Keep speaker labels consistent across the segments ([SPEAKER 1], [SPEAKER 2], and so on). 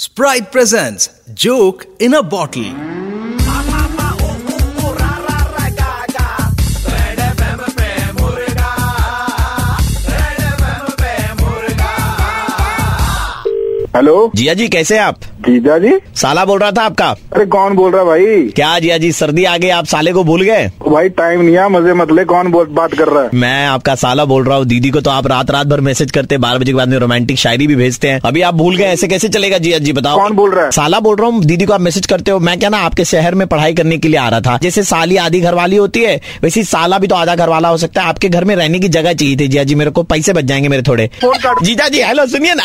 [SPEAKER 1] Sprite presents Joke in a Bottle.
[SPEAKER 2] Hello
[SPEAKER 3] Jiya ji कैसे हैं आप
[SPEAKER 2] जीजा जी
[SPEAKER 3] साला बोल रहा था आपका
[SPEAKER 2] अरे कौन बोल रहा है भाई
[SPEAKER 3] क्या जिया जी सर्दी आ गई आप साले को भूल गए
[SPEAKER 2] ओ भाई टाइम नहीं है मजे मत ले कौन बोल बात कर रहा है
[SPEAKER 3] मैं आपका साला बोल रहा हूँ दीदी को तो आप रात रात भर मैसेज करते हैं बारह बजे के बाद में रोमांटिक शायरी भी भेजते हैं अभी आप भूल गए ऐसे कैसे चलेगा जिया जी बताओ
[SPEAKER 2] कौन बोल रहा है
[SPEAKER 3] साला बोल रहा हूँ दीदी को आप मैसेज करते हो मैं क्या ना आपके शहर में पढ़ाई करने के लिए आ रहा था जैसे साली आधी घरवाली होती है वैसे ही साला भी तो आधा घरवाला हो सकता है आपके घर में रहने की जगह चाहिए थी जिया जी मेरे को पैसे बच जाएंगे मेरे थोड़े
[SPEAKER 2] फोन काट
[SPEAKER 3] जीजा जी हेलो सुनिए ना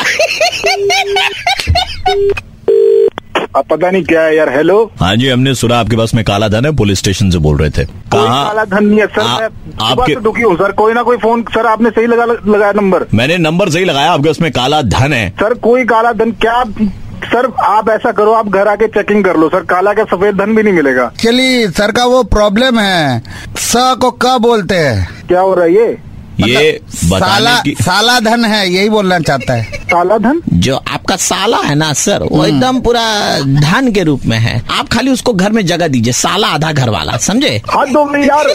[SPEAKER 2] अब पता नहीं क्या है यार हेलो
[SPEAKER 3] हाँ जी हमने सुना आपके पास में काला धन है पुलिस स्टेशन से बोल रहे थे
[SPEAKER 2] कोई काला धन नहीं है सर
[SPEAKER 3] आ-
[SPEAKER 2] मैं सुबह
[SPEAKER 3] आपके-
[SPEAKER 2] से दुखी हूँ सर कोई ना कोई फोन सर आपने सही लगा लगाया नंबर
[SPEAKER 3] मैंने नंबर सही लगाया आपके उसमें काला धन है
[SPEAKER 2] सर कोई काला धन क्या आप- सर आप ऐसा करो आप घर आके चेकिंग कर लो सर काला का सफेद धन भी नहीं मिलेगा
[SPEAKER 4] एक्चुअली सर का वो प्रॉब्लम है स को क बोलते हैं
[SPEAKER 2] क्या हो रहा है ये
[SPEAKER 3] ये बताने
[SPEAKER 4] साला
[SPEAKER 3] की
[SPEAKER 4] साला धन है यही बोलना चाहता है
[SPEAKER 2] काला धन
[SPEAKER 3] जो आपका साला है ना सर वो एकदम पूरा धन के रूप में है आप खाली उसको घर में जगह दीजिए साला आधा घर वाला समझे
[SPEAKER 2] हाथ दो नहीं यार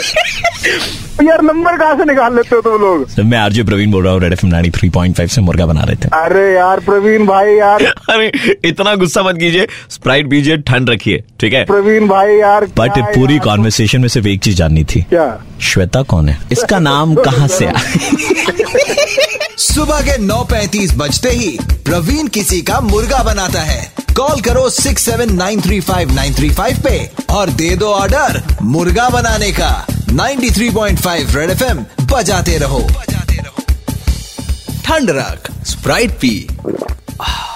[SPEAKER 2] यार नंबर कहाँ से निकाल लेते हो तुम लोग
[SPEAKER 3] मैं आरजे प्रवीण बोल रहा हूँ red F nine three point five से मुर्गा बना रहे थे
[SPEAKER 2] अरे यार प्रवीण भाई यार
[SPEAKER 3] अरे इतना गुस्सा मत कीजिए स्प्राइट पीजिए ठंड रखिए ठीक है
[SPEAKER 2] प्रवीण भाई यार
[SPEAKER 3] बट
[SPEAKER 2] क्या है
[SPEAKER 3] पूरी
[SPEAKER 2] यार?
[SPEAKER 3] कॉन्वर्सेशन में सिर्फ एक चीज जाननी थी
[SPEAKER 2] क्या
[SPEAKER 3] श्वेता कौन है इसका नाम कहाँ से आया
[SPEAKER 5] सुबह के 9:35 बजते ही प्रवीण किसी का मुर्गा बनाता है कॉल करो 6793595 पे और दे दो ऑर्डर मुर्गा बनाने का 93.5 रेड एफएम बजाते रहो
[SPEAKER 1] ठंड रख स्प्राइट पी आह।